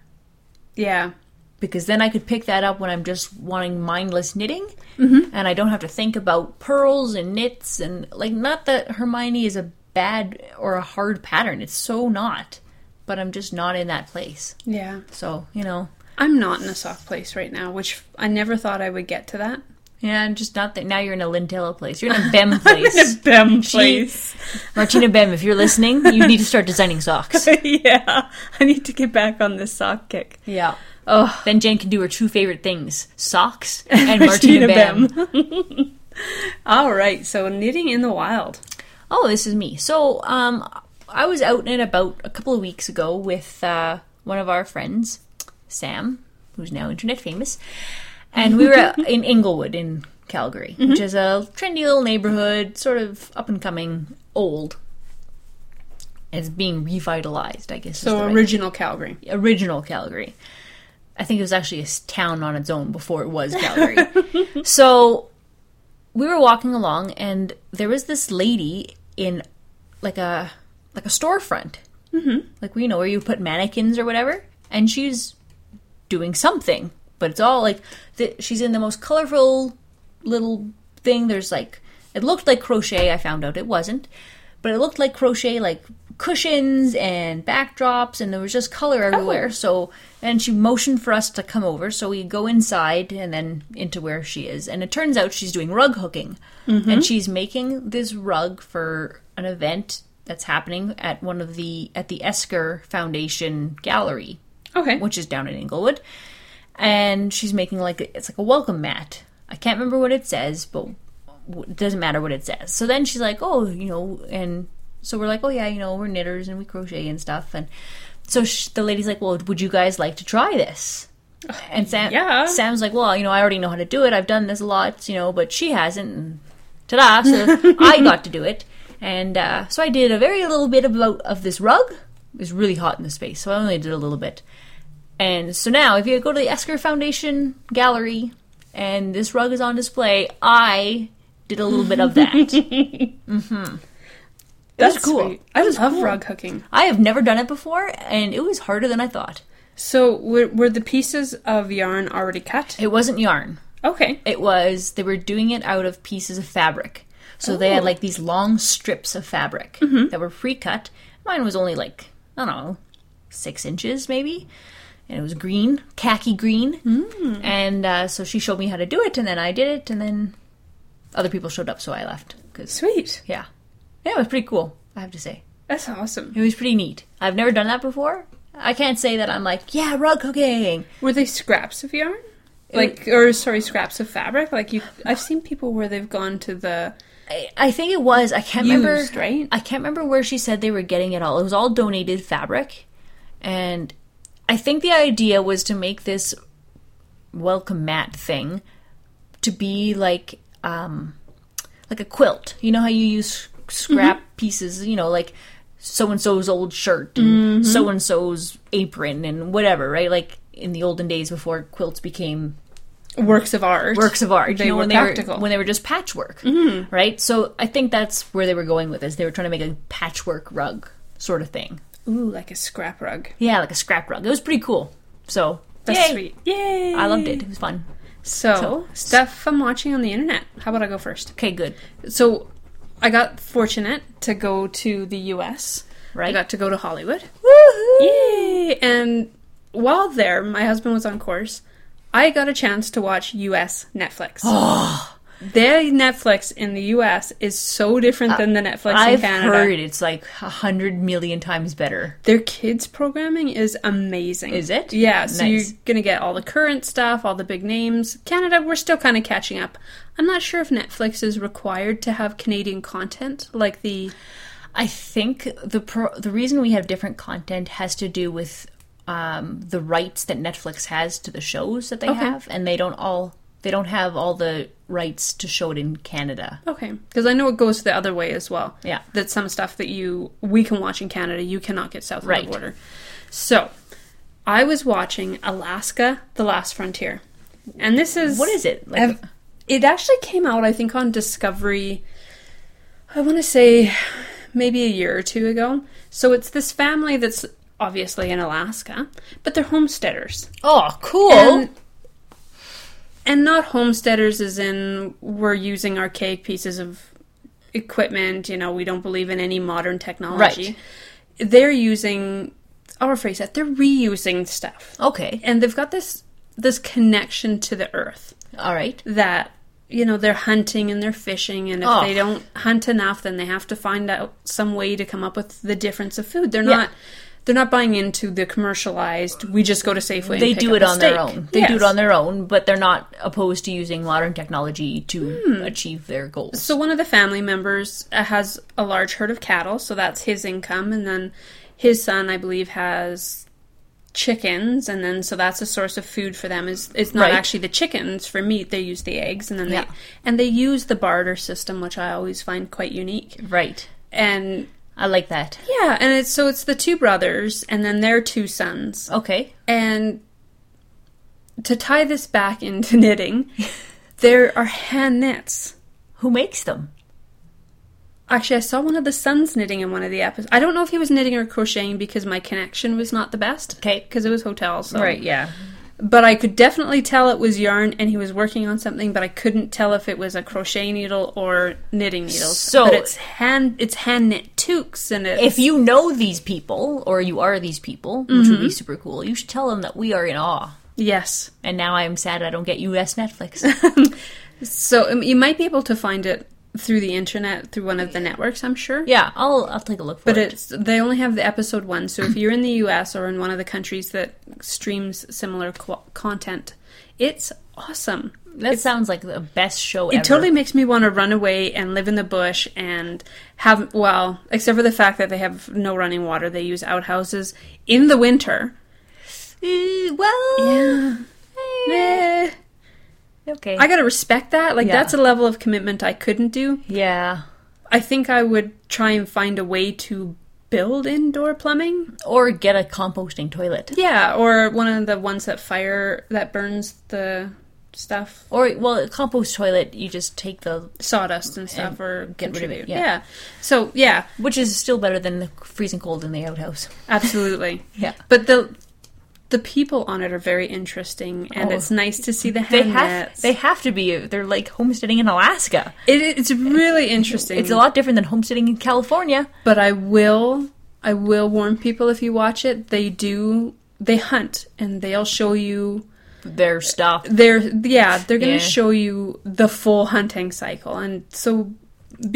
Speaker 2: yeah.
Speaker 1: Because then I could pick that up when I'm just wanting mindless knitting. And I don't have to think about pearls and knits. And, like, not that Hermione is a bad or a hard pattern. It's so not. But I'm just not in that place.
Speaker 2: Yeah.
Speaker 1: So, you know.
Speaker 2: I'm not in a sock place right now, which I never thought I would get to that.
Speaker 1: Yeah, I'm just not that. Now you're in a Lintella place. You're in a Bem place.
Speaker 2: Bem
Speaker 1: place. Martina Bem, if you're listening, you need to start designing socks.
Speaker 2: yeah. I need to get back on this sock kick.
Speaker 1: Yeah.
Speaker 2: Oh,
Speaker 1: Then Jen can do her two favorite things socks and Martina, Bem.
Speaker 2: All right. So knitting in the wild.
Speaker 1: Oh, this is me. So, um, I was out and about a couple of weeks ago with uh, one of our friends, Sam, who's now internet famous, and we were uh, in Inglewood in Calgary, which is a trendy little neighborhood, sort of up and coming, old. It's being revitalized, I guess. is the
Speaker 2: So
Speaker 1: right
Speaker 2: original Calgary.
Speaker 1: original Calgary. I think it was actually a s- town on its own before it was Calgary. so we were walking along, and there was this lady in like a like a storefront, mm-hmm. like you know where you put mannequins or whatever, and she's doing something, but it's all like the, she's in the most colorful little thing. There's like it looked like crochet. I found out it wasn't, but it looked like crochet, like cushions and backdrops, and there was just color everywhere. So and she motioned for us to come over, so we go inside and then into where she is, and it turns out she's doing rug hooking, and she's making this rug for an event that's happening at one of the at the Esker Foundation gallery
Speaker 2: Okay.
Speaker 1: which is down in Inglewood. And she's making like it's like a welcome mat. I can't remember what it says, but w- it doesn't matter what it says. So then she's like, "Oh, you know," and so we're like, "Oh yeah, you know, we're knitters and we crochet and stuff." And so sh the lady's like, "Well, would you guys like to try this?" And Sam,
Speaker 2: yeah.
Speaker 1: Sam's like, "Well, you know, I already know how to do it. I've done this a lot, you know, but she hasn't." And ta-da! So I got to do it, and uh, so I did a very little bit about of this rug. It was really hot in the space, so I only did a little bit. And so now, if you go to the Esker Foundation gallery and this rug is on display, I did a little bit of that.
Speaker 2: That's
Speaker 1: was cool.
Speaker 2: Sweet. I love rug hooking.
Speaker 1: I have never done it before, and it was harder than I thought.
Speaker 2: So were, were the pieces of yarn already cut?
Speaker 1: It wasn't yarn.
Speaker 2: Okay.
Speaker 1: It was they were doing it out of pieces of fabric. So they had like these long strips of fabric that were pre-cut. Mine was only like I don't know six inches maybe, and it was green, khaki green. Mm. And uh, so she showed me how to do it, and then I did it, and then other people showed up, so I left because
Speaker 2: Sweet.
Speaker 1: yeah, yeah, it was pretty cool. I have to say
Speaker 2: That's awesome.
Speaker 1: it was pretty neat. I've never done that before. I can't say that I'm like yeah rug hooking.
Speaker 2: Were they scraps of yarn? Like, or sorry, scraps of fabric? Like you, I've seen people where they've gone to the
Speaker 1: I- I think it was. I can't
Speaker 2: Used,
Speaker 1: remember.
Speaker 2: right?
Speaker 1: I can't remember where she said they were getting it all. It was all donated fabric, and I think the idea was to make this welcome mat thing to be like um like a quilt. You know how you use scrap pieces. You know, like so and so's old shirt and so and so's apron and whatever. Right? Like in the olden days before quilts became
Speaker 2: works of art.
Speaker 1: works of art.
Speaker 2: They
Speaker 1: you know,
Speaker 2: were
Speaker 1: when They
Speaker 2: practical.
Speaker 1: were,
Speaker 2: Mm-hmm.
Speaker 1: when they were just patchwork, right? So I think that's where they were going with this. They were trying to make a patchwork rug sort of thing.
Speaker 2: Ooh, like a scrap rug.
Speaker 1: Yeah, like a scrap rug. It was pretty cool. So
Speaker 2: That's
Speaker 1: yay.
Speaker 2: sweet. Yay!
Speaker 1: I loved it. It was fun.
Speaker 2: So,
Speaker 1: So-
Speaker 2: stuff I'm watching on the internet. How about I go first?
Speaker 1: Okay, good.
Speaker 2: So, I got fortunate to go to the U.S. I
Speaker 1: Right.
Speaker 2: got to go to Hollywood.
Speaker 1: Woohoo!
Speaker 2: Yay! And while there, my husband was on course. I got a chance to watch U.S. Netflix. Their Netflix in the US is so different than the Netflix
Speaker 1: Uh, I've
Speaker 2: in Canada.
Speaker 1: heard it's like a hundred million times better.
Speaker 2: Their kids programming is amazing.
Speaker 1: Is it?
Speaker 2: Yeah, so
Speaker 1: Nice.
Speaker 2: you're going to get all the current stuff, all the big names. Canada, we're still kind of catching up. I'm not sure if Netflix is required to have Canadian content like the
Speaker 1: I think the pro- the reason we have different content has to do with um, the rights that Netflix has to the shows that they
Speaker 2: Okay.
Speaker 1: have, and they don't all they don't have all the rights to show it in Canada.
Speaker 2: Okay, because I know it goes the other way as well.
Speaker 1: Yeah.
Speaker 2: that some stuff that you we can watch in Canada, you cannot get south of
Speaker 1: Right.
Speaker 2: the border. So, I was watching Alaska: The Last Frontier, and this is
Speaker 1: What is it? Like-
Speaker 2: Ev- it actually came out, I think, on Discovery. I want to say maybe a year or two ago. So it's this family that's obviously in Alaska, but they're homesteaders.
Speaker 1: Oh, cool!
Speaker 2: And, and not homesteaders as in we're using archaic pieces of equipment, you know, we don't believe in any modern technology. They're using I'll rephrase that, they're reusing stuff.
Speaker 1: okay,
Speaker 2: And they've got this this connection to the earth
Speaker 1: all right.
Speaker 2: that you know they're hunting and they're fishing and if
Speaker 1: Oh.
Speaker 2: they don't hunt enough then they have to find out some way to come up with the difference of food they're
Speaker 1: Yeah.
Speaker 2: not they're not buying into the commercialized we just go to safeway and
Speaker 1: They
Speaker 2: pick
Speaker 1: do
Speaker 2: up
Speaker 1: it
Speaker 2: a
Speaker 1: on their
Speaker 2: steak."
Speaker 1: own. They do
Speaker 2: Yes.
Speaker 1: it on their own, but they're not opposed to using modern technology to achieve their goals.
Speaker 2: So one of the family members uh, has a large herd of cattle, so that's his income, and then his son, I believe, has chickens, and then so that's a source of food for them. Is it's not
Speaker 1: Right.
Speaker 2: actually the chickens for meat; they use the eggs, and then
Speaker 1: Yeah.
Speaker 2: they and they use the barter system, which I always find quite unique.
Speaker 1: right.
Speaker 2: And
Speaker 1: I like that.
Speaker 2: yeah, and it's so it's the two brothers, and then their two sons,
Speaker 1: Okay.
Speaker 2: and to tie this back into knitting, there are hand knits.
Speaker 1: Who makes them?
Speaker 2: Actually, I saw one of the sons knitting in one of the episodes. I don't know if he was knitting or crocheting because my connection was not the best.
Speaker 1: 'Kay.
Speaker 2: Because it was hotel, so.
Speaker 1: yeah.
Speaker 2: But I could definitely tell it was yarn and he was working on something, but I couldn't tell if it was a crochet needle or knitting needles.
Speaker 1: So-
Speaker 2: But it's hand, it's hand knit toques and it's.
Speaker 1: If you know these people, or you are these people, which would be super cool, you should tell them that we are in awe.
Speaker 2: Yes.
Speaker 1: And now I am sad I don't get US Netflix.
Speaker 2: So um, you might be able to find it through the internet, through one of the networks, I'm sure.
Speaker 1: yeah, I'll I'll take a look for
Speaker 2: But
Speaker 1: it.
Speaker 2: it's they only have the episode one. So if you're in the U.S. or in one of the countries that streams similar qu- content, it's awesome.
Speaker 1: That sounds like the best show
Speaker 2: It
Speaker 1: ever.
Speaker 2: totally makes me want to run away and live in the bush and have well, except for the fact that they have no running water. They use outhouses in the winter.
Speaker 1: Eh, well, eh,
Speaker 2: Eh,
Speaker 1: okay.
Speaker 2: I gotta respect that. Like
Speaker 1: Yeah.
Speaker 2: that's a level of commitment I couldn't do.
Speaker 1: yeah.
Speaker 2: I think I would try and find a way to build indoor plumbing
Speaker 1: Or get a composting toilet.
Speaker 2: Yeah, or one of the ones that fire that burns the stuff,
Speaker 1: Or well, a compost toilet, you just take the
Speaker 2: sawdust and stuff, or
Speaker 1: get rid of it,
Speaker 2: contribute.
Speaker 1: yeah.
Speaker 2: So yeah,
Speaker 1: which is still better than the freezing cold in the outhouse.
Speaker 2: absolutely.
Speaker 1: Yeah.
Speaker 2: But the the people on it are very interesting, and
Speaker 1: Oh.
Speaker 2: it's nice to see the
Speaker 1: They
Speaker 2: hand
Speaker 1: have they have to be they're like homesteading in Alaska.
Speaker 2: it, it's really interesting.
Speaker 1: It's a lot different than homesteading in California.
Speaker 2: but I will I will warn people if you watch it. They do they hunt, and they'll show you
Speaker 1: Their stuff.
Speaker 2: they're yeah they're going to
Speaker 1: Yeah.
Speaker 2: show you the full hunting cycle and so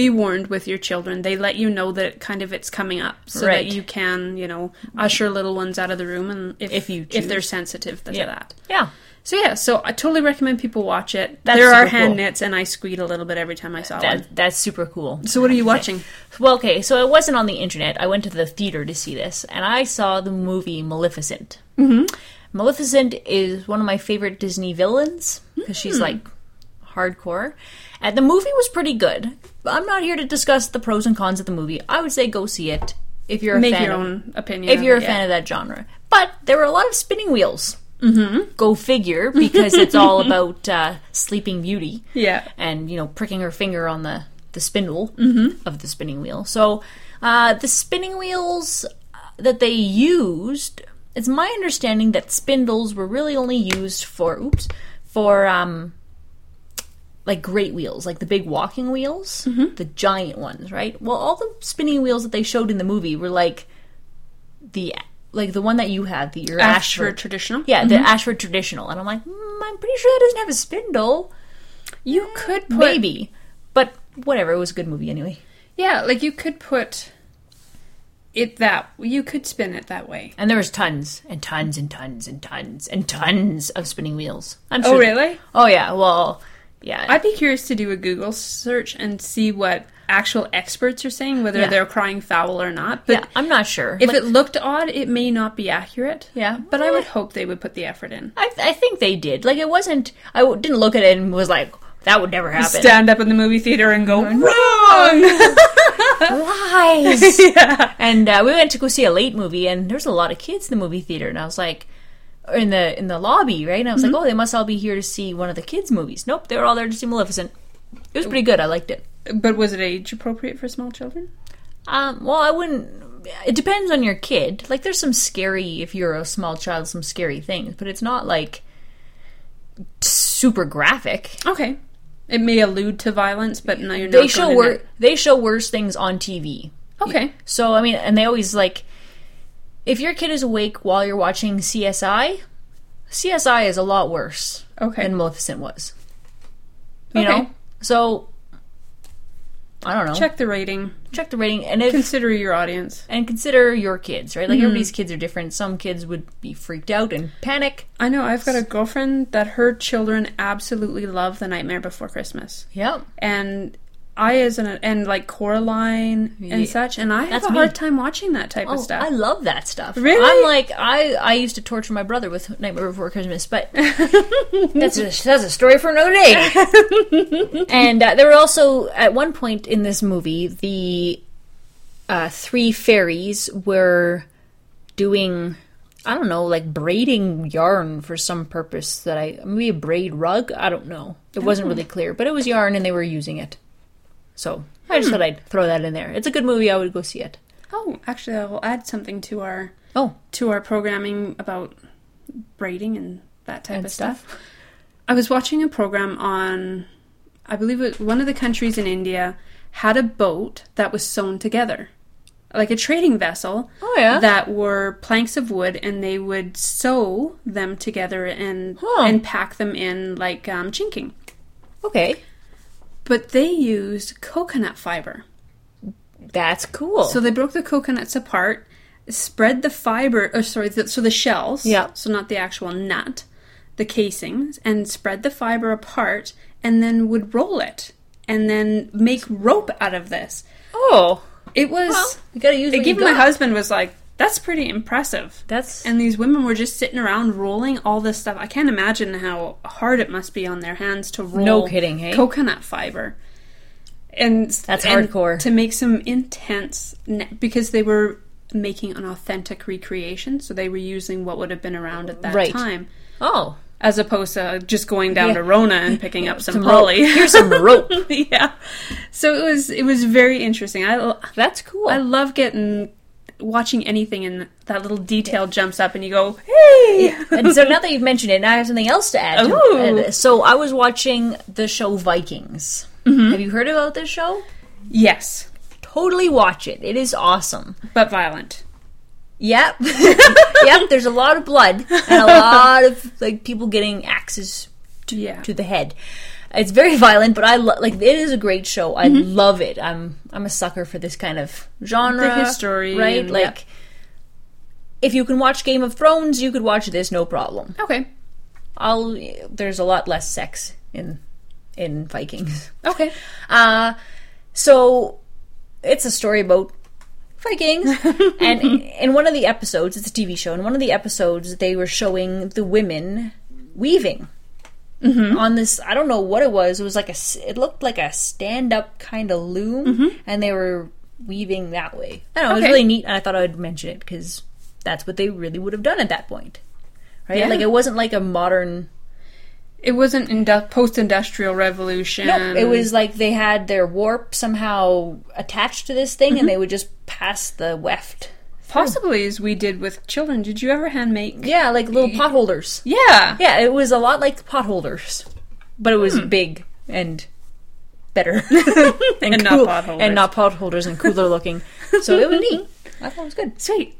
Speaker 2: be warned with your children they let you know that kind of it's coming up so
Speaker 1: Right.
Speaker 2: that you can you know usher little ones out of the room and if,
Speaker 1: If you
Speaker 2: if they're
Speaker 1: choose.
Speaker 2: sensitive to that
Speaker 1: Yeah.
Speaker 2: so yeah so i totally recommend people watch it
Speaker 1: That's
Speaker 2: there are
Speaker 1: super
Speaker 2: hand
Speaker 1: cool.
Speaker 2: knits and i squeed a little bit every time i saw one
Speaker 1: That, that's super cool.
Speaker 2: so what are you watching
Speaker 1: Well, okay, so it wasn't on the internet. I went to the theater to see this, and I saw the movie Maleficent. Mm-hmm. Maleficent is one of my favorite Disney villains because she's
Speaker 2: Hmm.
Speaker 1: like hardcore. And the movie was pretty good. I'm not here to discuss the pros and cons of the movie. I would say go see it if you're a
Speaker 2: make
Speaker 1: fan
Speaker 2: your
Speaker 1: of-
Speaker 2: own opinion
Speaker 1: if
Speaker 2: of
Speaker 1: you're a
Speaker 2: it,
Speaker 1: fan
Speaker 2: yeah.
Speaker 1: of that genre. But there were a lot of spinning wheels. Mm-hmm. Go figure, because it's all about uh, Sleeping Beauty.
Speaker 2: Yeah.
Speaker 1: and you know pricking her finger on the the spindle mm of the spinning wheel. So uh, the spinning wheels uh, that they used, it's my understanding that spindles were really only used for oops for um like great wheels, like the big walking wheels, the giant ones, right? Well, all the spinning wheels that they showed in the movie were like the like the one that you had, the your
Speaker 2: Ashford
Speaker 1: Ashford.
Speaker 2: traditional
Speaker 1: "Hmm, Yeah, the Ashford traditional, and I'm like, mm, I'm pretty sure that doesn't have a spindle.
Speaker 2: You could put
Speaker 1: Maybe. But whatever, it was a good movie anyway.
Speaker 2: Yeah, like you could put it that you could spin it that way.
Speaker 1: And there was tons and tons and tons and tons and tons of spinning wheels. I'm
Speaker 2: Oh, really?
Speaker 1: Oh yeah. Well, yeah.
Speaker 2: I'd be curious to do a Google search and see what actual experts are saying, whether
Speaker 1: Yeah.
Speaker 2: they're crying foul or not. But
Speaker 1: yeah, I'm not sure.
Speaker 2: if
Speaker 1: Like,
Speaker 2: it Oh, looked odd, it may not be accurate.
Speaker 1: Yeah.
Speaker 2: But I would hope they would put the effort in.
Speaker 1: I, I think they did. Like it wasn't. I w- didn't look at it and was like, that would never happen.
Speaker 2: Stand up in the movie theater and go, wrong!
Speaker 1: Lies.
Speaker 2: yeah.
Speaker 1: and uh, we went to go see a late movie, and there was a lot of kids in the movie theater, and I was like, or in the in the lobby, right? And I was
Speaker 2: Mm-hmm.
Speaker 1: like, oh, they must all be here to see one of the kids' movies. Nope, they were all there to see Maleficent. It was pretty good. I liked it.
Speaker 2: But was it age appropriate for small children?
Speaker 1: Um, well, I wouldn't. It depends on your kid. Like, there's some scary, if you're a small child, some scary things, but it's not like super graphic.
Speaker 2: Okay. It may allude to violence, but no, you're not.
Speaker 1: They show
Speaker 2: going
Speaker 1: wor-
Speaker 2: to-
Speaker 1: they show worse things on TV.
Speaker 2: Okay.
Speaker 1: So I mean, and they always like, if your kid is awake while you're watching CSI, CSI is a lot worse
Speaker 2: Okay.
Speaker 1: than Maleficent was. You
Speaker 2: Okay.
Speaker 1: know, so I don't know. Check,
Speaker 2: Check the rating.
Speaker 1: the rating, and if
Speaker 2: Consider your audience.
Speaker 1: and consider your kids, right? Like everybody's kids are different. Some kids would be freaked out and panic.
Speaker 2: I know I've got a girlfriend that her children absolutely love The Nightmare Before Christmas,
Speaker 1: Yep.
Speaker 2: and I as an and like Coraline and
Speaker 1: Yeah.
Speaker 2: such, and I have
Speaker 1: That's
Speaker 2: a
Speaker 1: me.
Speaker 2: hard time watching that type of
Speaker 1: Oh,
Speaker 2: stuff.
Speaker 1: I love that stuff.
Speaker 2: Really?
Speaker 1: I'm like I I used to torture my brother with Nightmare Before Christmas, but that's a, that's a story for another day. and uh, there were also at one point in this movie the uh, three fairies were doing I don't know like braiding yarn for some purpose that I maybe a braid rug I don't know it
Speaker 2: Hmm.
Speaker 1: wasn't really clear but it was yarn and they were using it so I
Speaker 2: Hmm.
Speaker 1: just thought I'd throw that in there it's a good movie I would go see it
Speaker 2: oh, actually, I will add something to our
Speaker 1: oh
Speaker 2: to our programming about braiding and that type
Speaker 1: And
Speaker 2: of stuff. I was watching a program on, I believe it, one of the countries in India had a boat that was sewn together, like a trading vessel.
Speaker 1: Oh, yeah.
Speaker 2: that were planks of wood, and they would sew them together and
Speaker 1: Huh.
Speaker 2: and pack them in like um, chinking.
Speaker 1: Okay.
Speaker 2: But they used coconut fiber.
Speaker 1: That's cool.
Speaker 2: So they broke the coconuts apart, spread the fiber, or sorry, the, so the shells,
Speaker 1: Yeah.
Speaker 2: so not the actual nut, the casings, and spread the fiber apart, and then would roll it, and then make rope out of this.
Speaker 1: oh,
Speaker 2: It was.
Speaker 1: well, you gotta use. what you
Speaker 2: even my
Speaker 1: got.
Speaker 2: husband was like, "That's pretty impressive."
Speaker 1: That's
Speaker 2: And these women were just sitting around rolling all this stuff. I can't imagine how hard it must be on their hands to roll
Speaker 1: No kidding, hey?
Speaker 2: coconut fiber. And
Speaker 1: That's
Speaker 2: and
Speaker 1: hardcore.
Speaker 2: to make some intense ne- because they were making an authentic recreation, so they were using what would have been around at that
Speaker 1: Right.
Speaker 2: time,
Speaker 1: oh,
Speaker 2: as opposed to just going down
Speaker 1: Yeah.
Speaker 2: to Rona and picking up some
Speaker 1: rope.
Speaker 2: holly.
Speaker 1: Here's some rope.
Speaker 2: yeah, so it was it was very interesting. I l-
Speaker 1: That's cool.
Speaker 2: I love getting watching anything and that little detail jumps up and you go, hey.
Speaker 1: and so now that you've mentioned it, now I have something else to add. to-
Speaker 2: Ooh.
Speaker 1: and so I was watching the show Vikings.
Speaker 2: Mm-hmm.
Speaker 1: Have you heard about this show?
Speaker 2: Yes,
Speaker 1: Totally watch it. It is awesome.
Speaker 2: but violent.
Speaker 1: Yep. yep. There's a lot of blood and a lot of like people getting axes
Speaker 2: Yeah.
Speaker 1: to the head. It's very violent, but I lo- like it is a great show. I love it. I'm I'm a sucker for this kind of genre,
Speaker 2: Mm-hmm. The history
Speaker 1: right?
Speaker 2: and-
Speaker 1: like, if you can watch Game of Thrones, you could watch this no problem.
Speaker 2: Okay.
Speaker 1: I'll there's a lot less sex in in Vikings.
Speaker 2: Okay.
Speaker 1: Uh, so it's a story about Vikings, and in, in one of the episodes, it's a TV show. In one of the episodes, they were showing the women weaving
Speaker 2: Mm-hmm.
Speaker 1: on this. I don't know what it was. It was like a. s- It looked like a stand-up kind of loom, and they were weaving that way. I don't know. It was
Speaker 2: Mm-hmm. Okay.
Speaker 1: really neat, and I thought I would mention it because that's what they really would have done at that point, right?
Speaker 2: Yeah.
Speaker 1: Like it wasn't like a modern
Speaker 2: It wasn't indu- post-industrial revolution.
Speaker 1: No, it was like they had their warp somehow attached to this thing, and they would just pass the weft.
Speaker 2: possibly as we did with children. Did you ever hand make?
Speaker 1: Yeah, like little potholders.
Speaker 2: Yeah.
Speaker 1: Yeah, it was a lot like potholders, but it was big and better and,
Speaker 2: And not potholders.
Speaker 1: and not potholders and cooler looking. So it was neat. I thought it was good.
Speaker 2: Sweet.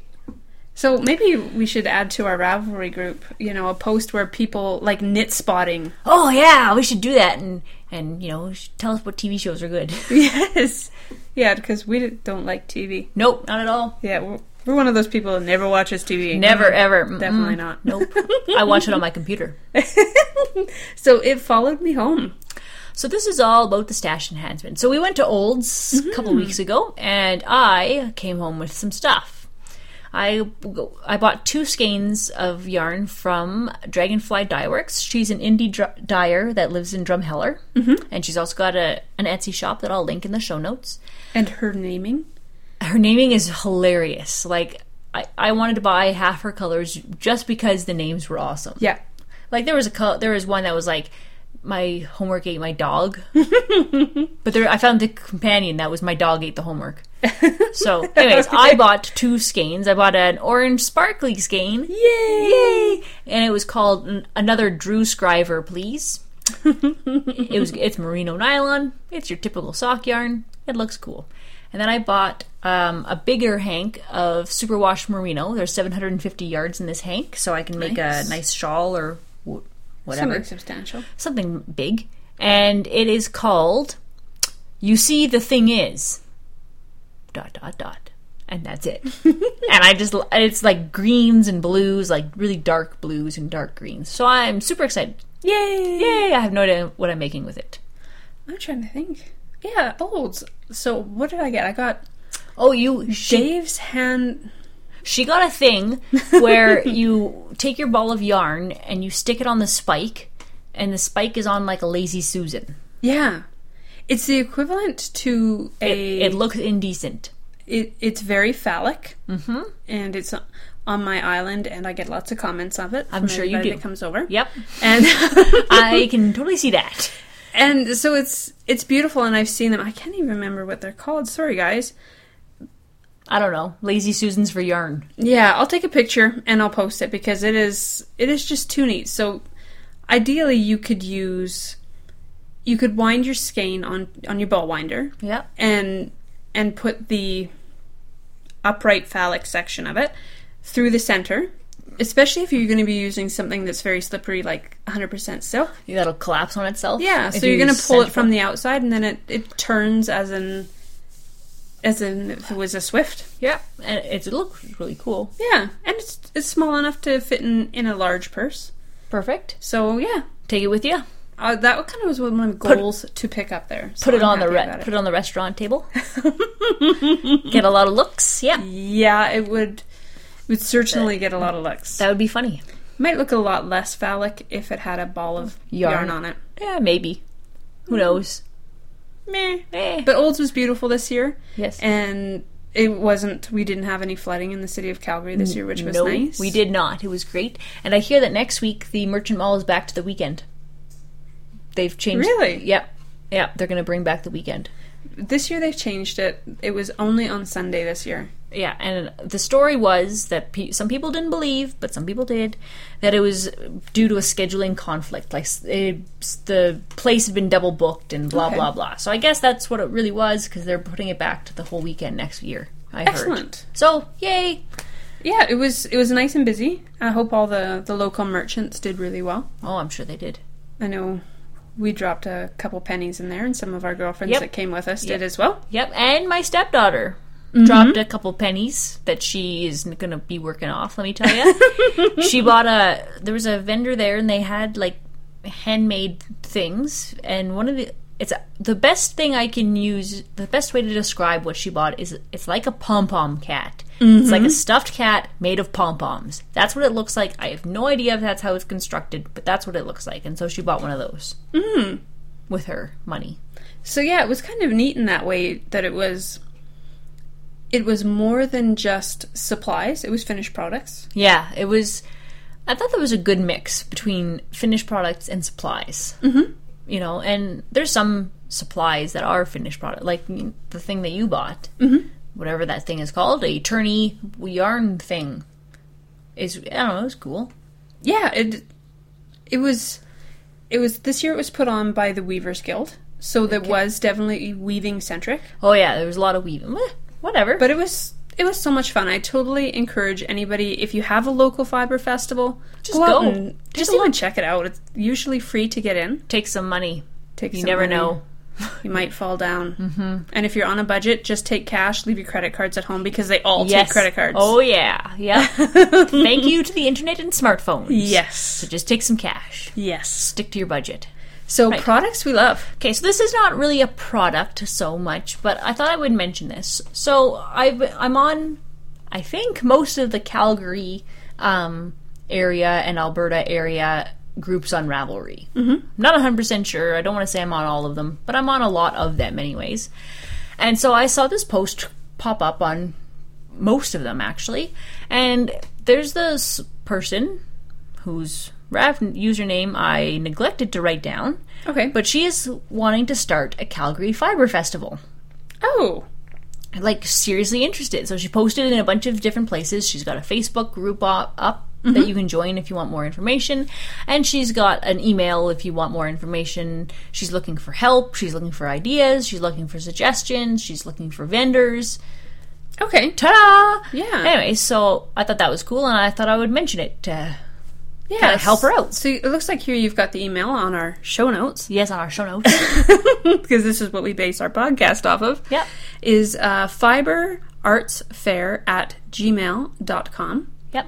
Speaker 2: So maybe we should add to our Ravelry group, you know, a post where people like knit spotting.
Speaker 1: Oh yeah, we should do that and and you know we should tell us what TV shows are good.
Speaker 2: Yes. Yeah, because we d- don't like TV.
Speaker 1: nope, not at all.
Speaker 2: Yeah, we're, we're one of those people that never watches TV.
Speaker 1: Never ever. Mm-mm.
Speaker 2: Definitely not.
Speaker 1: Nope. I watch it on my computer.
Speaker 2: So it followed me home.
Speaker 1: So this is all about the stash enhancement. So we went to Olds a couple weeks ago, and I came home with some stuff. I I bought two skeins of yarn from Dragonfly Dyeworks. She's an indie dr- dyer that lives in Drumheller, mm-hmm. and she's also got a an Etsy shop that I'll link in the show notes.
Speaker 2: And her naming?
Speaker 1: Her naming is hilarious. Like I, I wanted to buy half her colors just because the names were awesome.
Speaker 2: Yeah.
Speaker 1: Like there was a co- there was one that was like my homework ate my dog, but there I found the companion that was my dog ate the homework. So, anyways, I bought two skeins. I bought an orange sparkly skein,
Speaker 2: Yay!
Speaker 1: yay, and it was called N- another Drew Scriver, please. it was it's merino nylon. It's your typical sock yarn. It looks cool. And then I bought um, a bigger hank of superwash merino. There's 750 yards in this hank, so I can make
Speaker 2: Nice.
Speaker 1: a nice shawl or w- whatever
Speaker 2: Something substantial.
Speaker 1: something big, and it is called "You See the Thing Is." Dot dot dot, and that's it. and I just it's like greens and blues, like really dark blues and dark greens. So I'm super excited.
Speaker 2: Yay!
Speaker 1: Yay! I have no idea what I'm making with it.
Speaker 2: I'm trying to think. Yeah, Olds. So what did I get? I got
Speaker 1: Oh, you she,
Speaker 2: Dave's hand.
Speaker 1: she got a thing where you take your ball of yarn and you stick it on the spike, and the spike is on like a lazy susan.
Speaker 2: Yeah. It's the equivalent to a.
Speaker 1: It looks indecent.
Speaker 2: it, it's very phallic, mm-hmm. and it's on my island, and I get lots of comments of it. I'm
Speaker 1: sure you do.
Speaker 2: That comes over,
Speaker 1: Yep,
Speaker 2: And
Speaker 1: I can totally see that.
Speaker 2: and so it's it's beautiful, and I've seen them. I can't even remember what they're called. Sorry, guys.
Speaker 1: I don't know. Lazy Susans for yarn.
Speaker 2: Yeah, I'll take a picture and I'll post it because it is it is just too neat. So ideally, you could use you could wind your skein on on your ball winder,
Speaker 1: Yep.
Speaker 2: and and put the upright phallic section of it through the center especially if you're going to be using something that's very slippery like 100% silk
Speaker 1: That'll collapse on itself.
Speaker 2: yeah
Speaker 1: if
Speaker 2: so you're going to
Speaker 1: use
Speaker 2: pull it
Speaker 1: centrifuge.
Speaker 2: from the outside and then it, it turns as in as in if it was a swift
Speaker 1: Yeah, and it's, it looks really cool.
Speaker 2: yeah and it's, it's small enough to fit in in a large purse
Speaker 1: Perfect.
Speaker 2: so yeah
Speaker 1: Take it with you.
Speaker 2: uh, that kind of was one of my goals to pick up there so
Speaker 1: Put it
Speaker 2: I'm
Speaker 1: on the
Speaker 2: happy
Speaker 1: re-
Speaker 2: about it.
Speaker 1: put it on the restaurant table. Get a lot of looks. Yeah,
Speaker 2: yeah it would it would certainly get a lot of looks
Speaker 1: that would be funny.
Speaker 2: Might look a lot less phallic if it had a ball of yarn,
Speaker 1: Yarn.
Speaker 2: on it.
Speaker 1: Yeah, maybe.
Speaker 2: Hmm.
Speaker 1: Who knows?
Speaker 2: Meh.
Speaker 1: Eh.
Speaker 2: But Olds was beautiful this year,
Speaker 1: yes.
Speaker 2: and it wasn't. We didn't have any flooding in the city of Calgary this year, which was
Speaker 1: no,
Speaker 2: nice.
Speaker 1: we did not. It was great. And I hear that next week the Merchant Mall is back to the weekend. They've changed.
Speaker 2: Really?
Speaker 1: Yep. Yep. They're going to bring back the weekend.
Speaker 2: This year they've changed it. It was only on Sunday this year.
Speaker 1: Yeah, and the story was that pe- some people didn't believe, but some people did, that it was due to a scheduling conflict. Like s- it, s- the place had been double booked and blah
Speaker 2: Okay.
Speaker 1: blah blah. So I guess that's what it really was because they're putting it back to the whole weekend next year. I heard.
Speaker 2: Excellent.
Speaker 1: So yay!
Speaker 2: Yeah, it was. It was nice and busy. I hope all the the local merchants did really well.
Speaker 1: Oh, I'm sure they did.
Speaker 2: I know we dropped a couple pennies in there, and some of our girlfriends
Speaker 1: Yep.
Speaker 2: that came with us
Speaker 1: Yep.
Speaker 2: did as well.
Speaker 1: Yep, and my stepdaughter dropped a couple pennies that she is going to be working off. Let me tell you, she bought a. There was a vendor there, and they had like handmade things, and one of the. It's a, the best thing I can use. The best way to describe what she bought is it's like a pom pom cat. It's like a stuffed cat made of pom poms. That's what it looks like. I have no idea if that's how it's constructed, but that's what it looks like. And so she bought one of those mm. with her money.
Speaker 2: So yeah, it was kind of neat in that way that it was it was more than just supplies, it was finished products.
Speaker 1: Yeah, it was. I thought that was a good mix between finished products and supplies. Mm-hmm. You know, and there's some supplies that are finished product, like mm, the thing that you bought, mm-hmm. whatever that thing is called, a tourney yarn thing. Is I don't know, it was cool.
Speaker 2: Yeah, it it was it was this year it was put on by the Weavers Guild. So that was definitely weaving centric,
Speaker 1: Oh yeah, there was a lot of weaving. Eh, Whatever,
Speaker 2: but it was it was so much fun. I totally encourage anybody if you have a local fiber festival,
Speaker 1: Just
Speaker 2: go, out
Speaker 1: go.
Speaker 2: and
Speaker 1: Just
Speaker 2: just even
Speaker 1: even-
Speaker 2: check it out. It's usually free to get in.
Speaker 1: Take some money.
Speaker 2: Take
Speaker 1: You
Speaker 2: some
Speaker 1: never
Speaker 2: money.
Speaker 1: know.
Speaker 2: You might fall down. Mm-hmm. And if you're on a budget, just take cash. Leave your credit cards at home because they all
Speaker 1: Yes.
Speaker 2: take credit cards.
Speaker 1: Oh yeah. Yeah. Thank you to the internet and smartphones. So
Speaker 2: yes,
Speaker 1: just take some cash.
Speaker 2: yes.
Speaker 1: Stick to your budget.
Speaker 2: So
Speaker 1: Right.
Speaker 2: products we love.
Speaker 1: Okay, so this is not really a product so much, but I thought I would mention this. So I've I'm on, I think most of the Calgary um, area and Alberta area groups on Ravelry. Mm-hmm. I'm not 100 percent sure. I don't want to say I'm on all of them, but I'm on a lot of them, anyways. And so I saw this post pop up on most of them actually, and there's this person whose Rav username I neglected to write down.
Speaker 2: Okay,
Speaker 1: But she is wanting to start a Calgary Fiber Festival.
Speaker 2: oh,
Speaker 1: Like, seriously interested. So she posted in a bunch of different places. She's got a Facebook group up, up that you can join if you want more information. And she's got an email if you want more information. She's looking for help. She's looking for ideas. She's looking for suggestions. She's looking for vendors.
Speaker 2: okay,
Speaker 1: Ta da!
Speaker 2: Yeah.
Speaker 1: Anyway, so I thought that was cool and I thought I would mention it to,
Speaker 2: yeah.
Speaker 1: help her out.
Speaker 2: So it looks like here you've got the email on our show notes
Speaker 1: yes, on our show notes.
Speaker 2: because this is what we base our podcast off of.
Speaker 1: yep.
Speaker 2: is uh, fiberartsfair at gmail.com.
Speaker 1: Yep.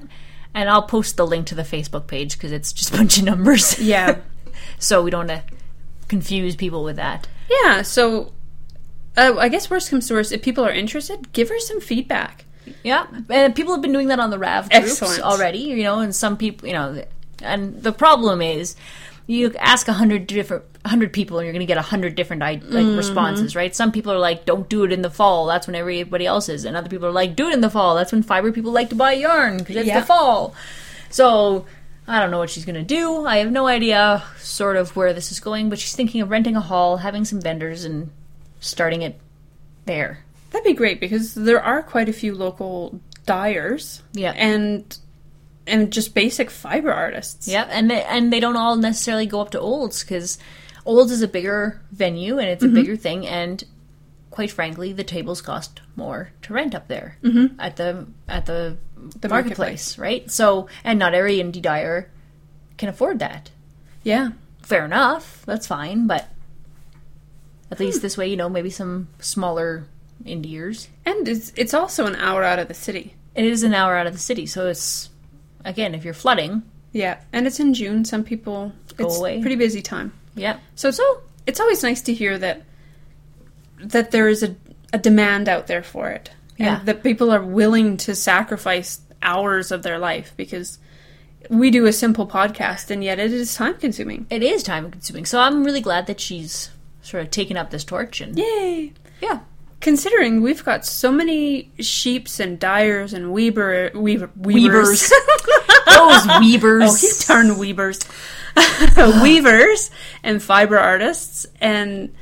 Speaker 1: And I'll post the link to the Facebook page because it's just a bunch of numbers.
Speaker 2: Yeah.
Speaker 1: so we don't want to confuse people with that.
Speaker 2: yeah, so uh, I guess worst comes to worst, if people are interested, give her some feedback.
Speaker 1: Yeah, and people have been doing that on the Rav groups
Speaker 2: Excellent.
Speaker 1: already, you know. And some people, you know, and the problem is, you ask a hundred different hundred people, and you're going to get a hundred different i- like
Speaker 2: Mm-hmm.
Speaker 1: responses, right? Some people are like, "Don't do it in the fall." That's when everybody else is, and other people are like, "Do it in the fall." That's when fiber people like to buy yarn because it's
Speaker 2: Yeah.
Speaker 1: the fall. So. I don't know what she's going to do. I have no idea sort of where this is going, but she's thinking of renting a hall, having some vendors, and starting it there.
Speaker 2: That'd be great because there are quite a few local dyers.
Speaker 1: Yeah.
Speaker 2: And and just basic fiber artists.
Speaker 1: Yep, and they, and they don't all necessarily go up to Olds because Olds is a bigger venue and it's a bigger thing, and quite frankly, the tables cost more to rent up there at the at the,
Speaker 2: The
Speaker 1: marketplace, right? So, and not every indie dyer can afford that.
Speaker 2: Yeah.
Speaker 1: Fair enough, that's fine, but at least this way, you know, maybe some smaller indiers.
Speaker 2: And it's, it's also an hour out of the city.
Speaker 1: It is an hour out of the city, so it's again, if you're flooding,
Speaker 2: Yeah. And it's in June. Some people,
Speaker 1: Go
Speaker 2: it's
Speaker 1: away.
Speaker 2: pretty busy time.
Speaker 1: yeah,
Speaker 2: So so it's always nice to hear that that there is a, a demand out there for it.
Speaker 1: Yeah.
Speaker 2: And that people are willing to sacrifice hours of their life because we do a simple podcast and yet it is time consuming.
Speaker 1: it is time consuming. So I'm really glad that she's sort of taken up this torch and
Speaker 2: Yay.
Speaker 1: yeah,
Speaker 2: Considering we've got so many sheeps and dyers and weaver weaver
Speaker 1: Weavers.
Speaker 2: weavers.
Speaker 1: those
Speaker 2: Oh, you
Speaker 1: Weavers.
Speaker 2: darn weavers. weavers and fiber artists and,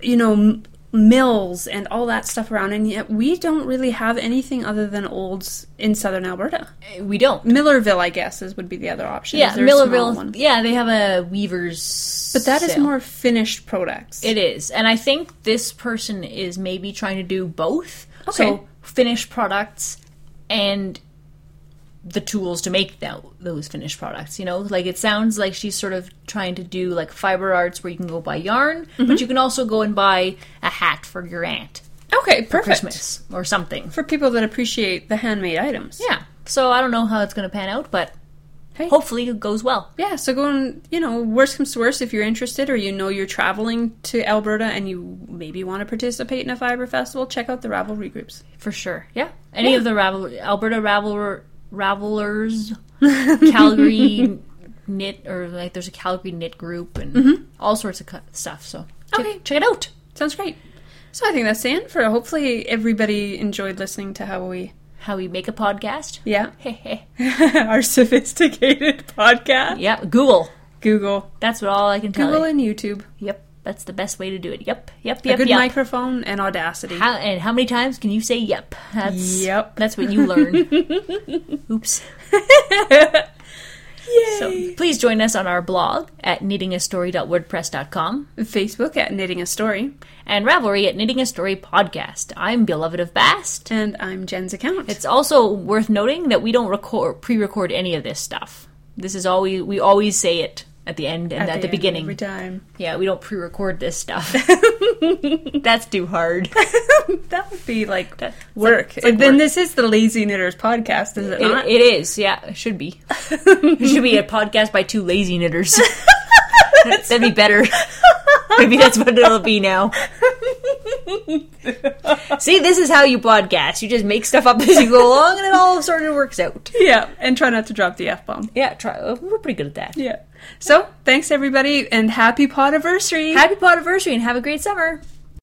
Speaker 2: you know, m- mills and all that stuff around. And yet we don't really have anything other than olds in southern Alberta.
Speaker 1: we don't.
Speaker 2: Millerville, I guess, is, would be the other option.
Speaker 1: Yeah,
Speaker 2: They're a small
Speaker 1: Millerville.
Speaker 2: one.
Speaker 1: Yeah, they have a Weavers.
Speaker 2: But that is
Speaker 1: sale.
Speaker 2: more finished products.
Speaker 1: It is, and I think this person is maybe trying to do both.
Speaker 2: Okay.
Speaker 1: So finished products and the tools to make that, those finished products. You know, like it sounds like she's sort of trying to do like fiber arts where you can go buy yarn,
Speaker 2: Mm-hmm.
Speaker 1: but you can also go and buy a hat for your aunt.
Speaker 2: okay, perfect.
Speaker 1: Christmas or something.
Speaker 2: For people that appreciate the handmade items.
Speaker 1: Yeah. So I don't know how it's going to pan out, but
Speaker 2: Hey.
Speaker 1: hopefully it goes well.
Speaker 2: Yeah, so go and, you know, worst comes to worst, if you're interested or you know you're traveling to Alberta and you maybe want to participate in a fiber festival, check out the Ravelry groups.
Speaker 1: For sure. Yeah. Any
Speaker 2: Yeah.
Speaker 1: of the Ravel- Alberta Ravel- Ravelers, Calgary Knit, or like there's a Calgary Knit group and all sorts of cu- stuff. So check,
Speaker 2: Mm-hmm. Okay.
Speaker 1: check it out.
Speaker 2: Sounds great. So I think that's the end for hopefully everybody enjoyed listening to how we,
Speaker 1: How we make a podcast.
Speaker 2: yeah,
Speaker 1: Heh heh.
Speaker 2: our sophisticated podcast.
Speaker 1: yeah. Google.
Speaker 2: Google.
Speaker 1: That's what all I can tell
Speaker 2: Google
Speaker 1: you.
Speaker 2: and YouTube.
Speaker 1: Yep. That's the best way to do it. Yep. Yep.
Speaker 2: a
Speaker 1: Yep.
Speaker 2: good
Speaker 1: Yep.
Speaker 2: microphone and audacity.
Speaker 1: how, and how many times can you say yep? That's
Speaker 2: Yep.
Speaker 1: That's what you learn. Oops.
Speaker 2: Yay!
Speaker 1: So please join us on our blog at knittingastory.wordpress.com
Speaker 2: Facebook at Knitting a Story.
Speaker 1: and Ravelry at Knitting a Story Podcast. I'm Beloved of Bast.
Speaker 2: And I'm Jen's account.
Speaker 1: It's also worth noting that we don't record pre-record any of this stuff. This is all we we always say it at the end and at, the,
Speaker 2: end
Speaker 1: beginning.
Speaker 2: Every time.
Speaker 1: Yeah, we don't pre-record this stuff. That's too hard.
Speaker 2: That would be like
Speaker 1: That-
Speaker 2: work.
Speaker 1: like
Speaker 2: then
Speaker 1: work.
Speaker 2: this is the Lazy Knitters podcast, is it,
Speaker 1: It,
Speaker 2: not?
Speaker 1: it is, yeah. It should be. It should be a podcast by two lazy knitters. That'd be better. Maybe that's what it'll be now. See, this is how you podcast. You just make stuff up as you go along, and it all sort of works out.
Speaker 2: yeah, and try not to drop the F bomb.
Speaker 1: Yeah, try. uh, We're pretty good at that.
Speaker 2: Yeah. So, thanks everybody and happy podiversary.
Speaker 1: Happy pod anniversary, and have a great summer.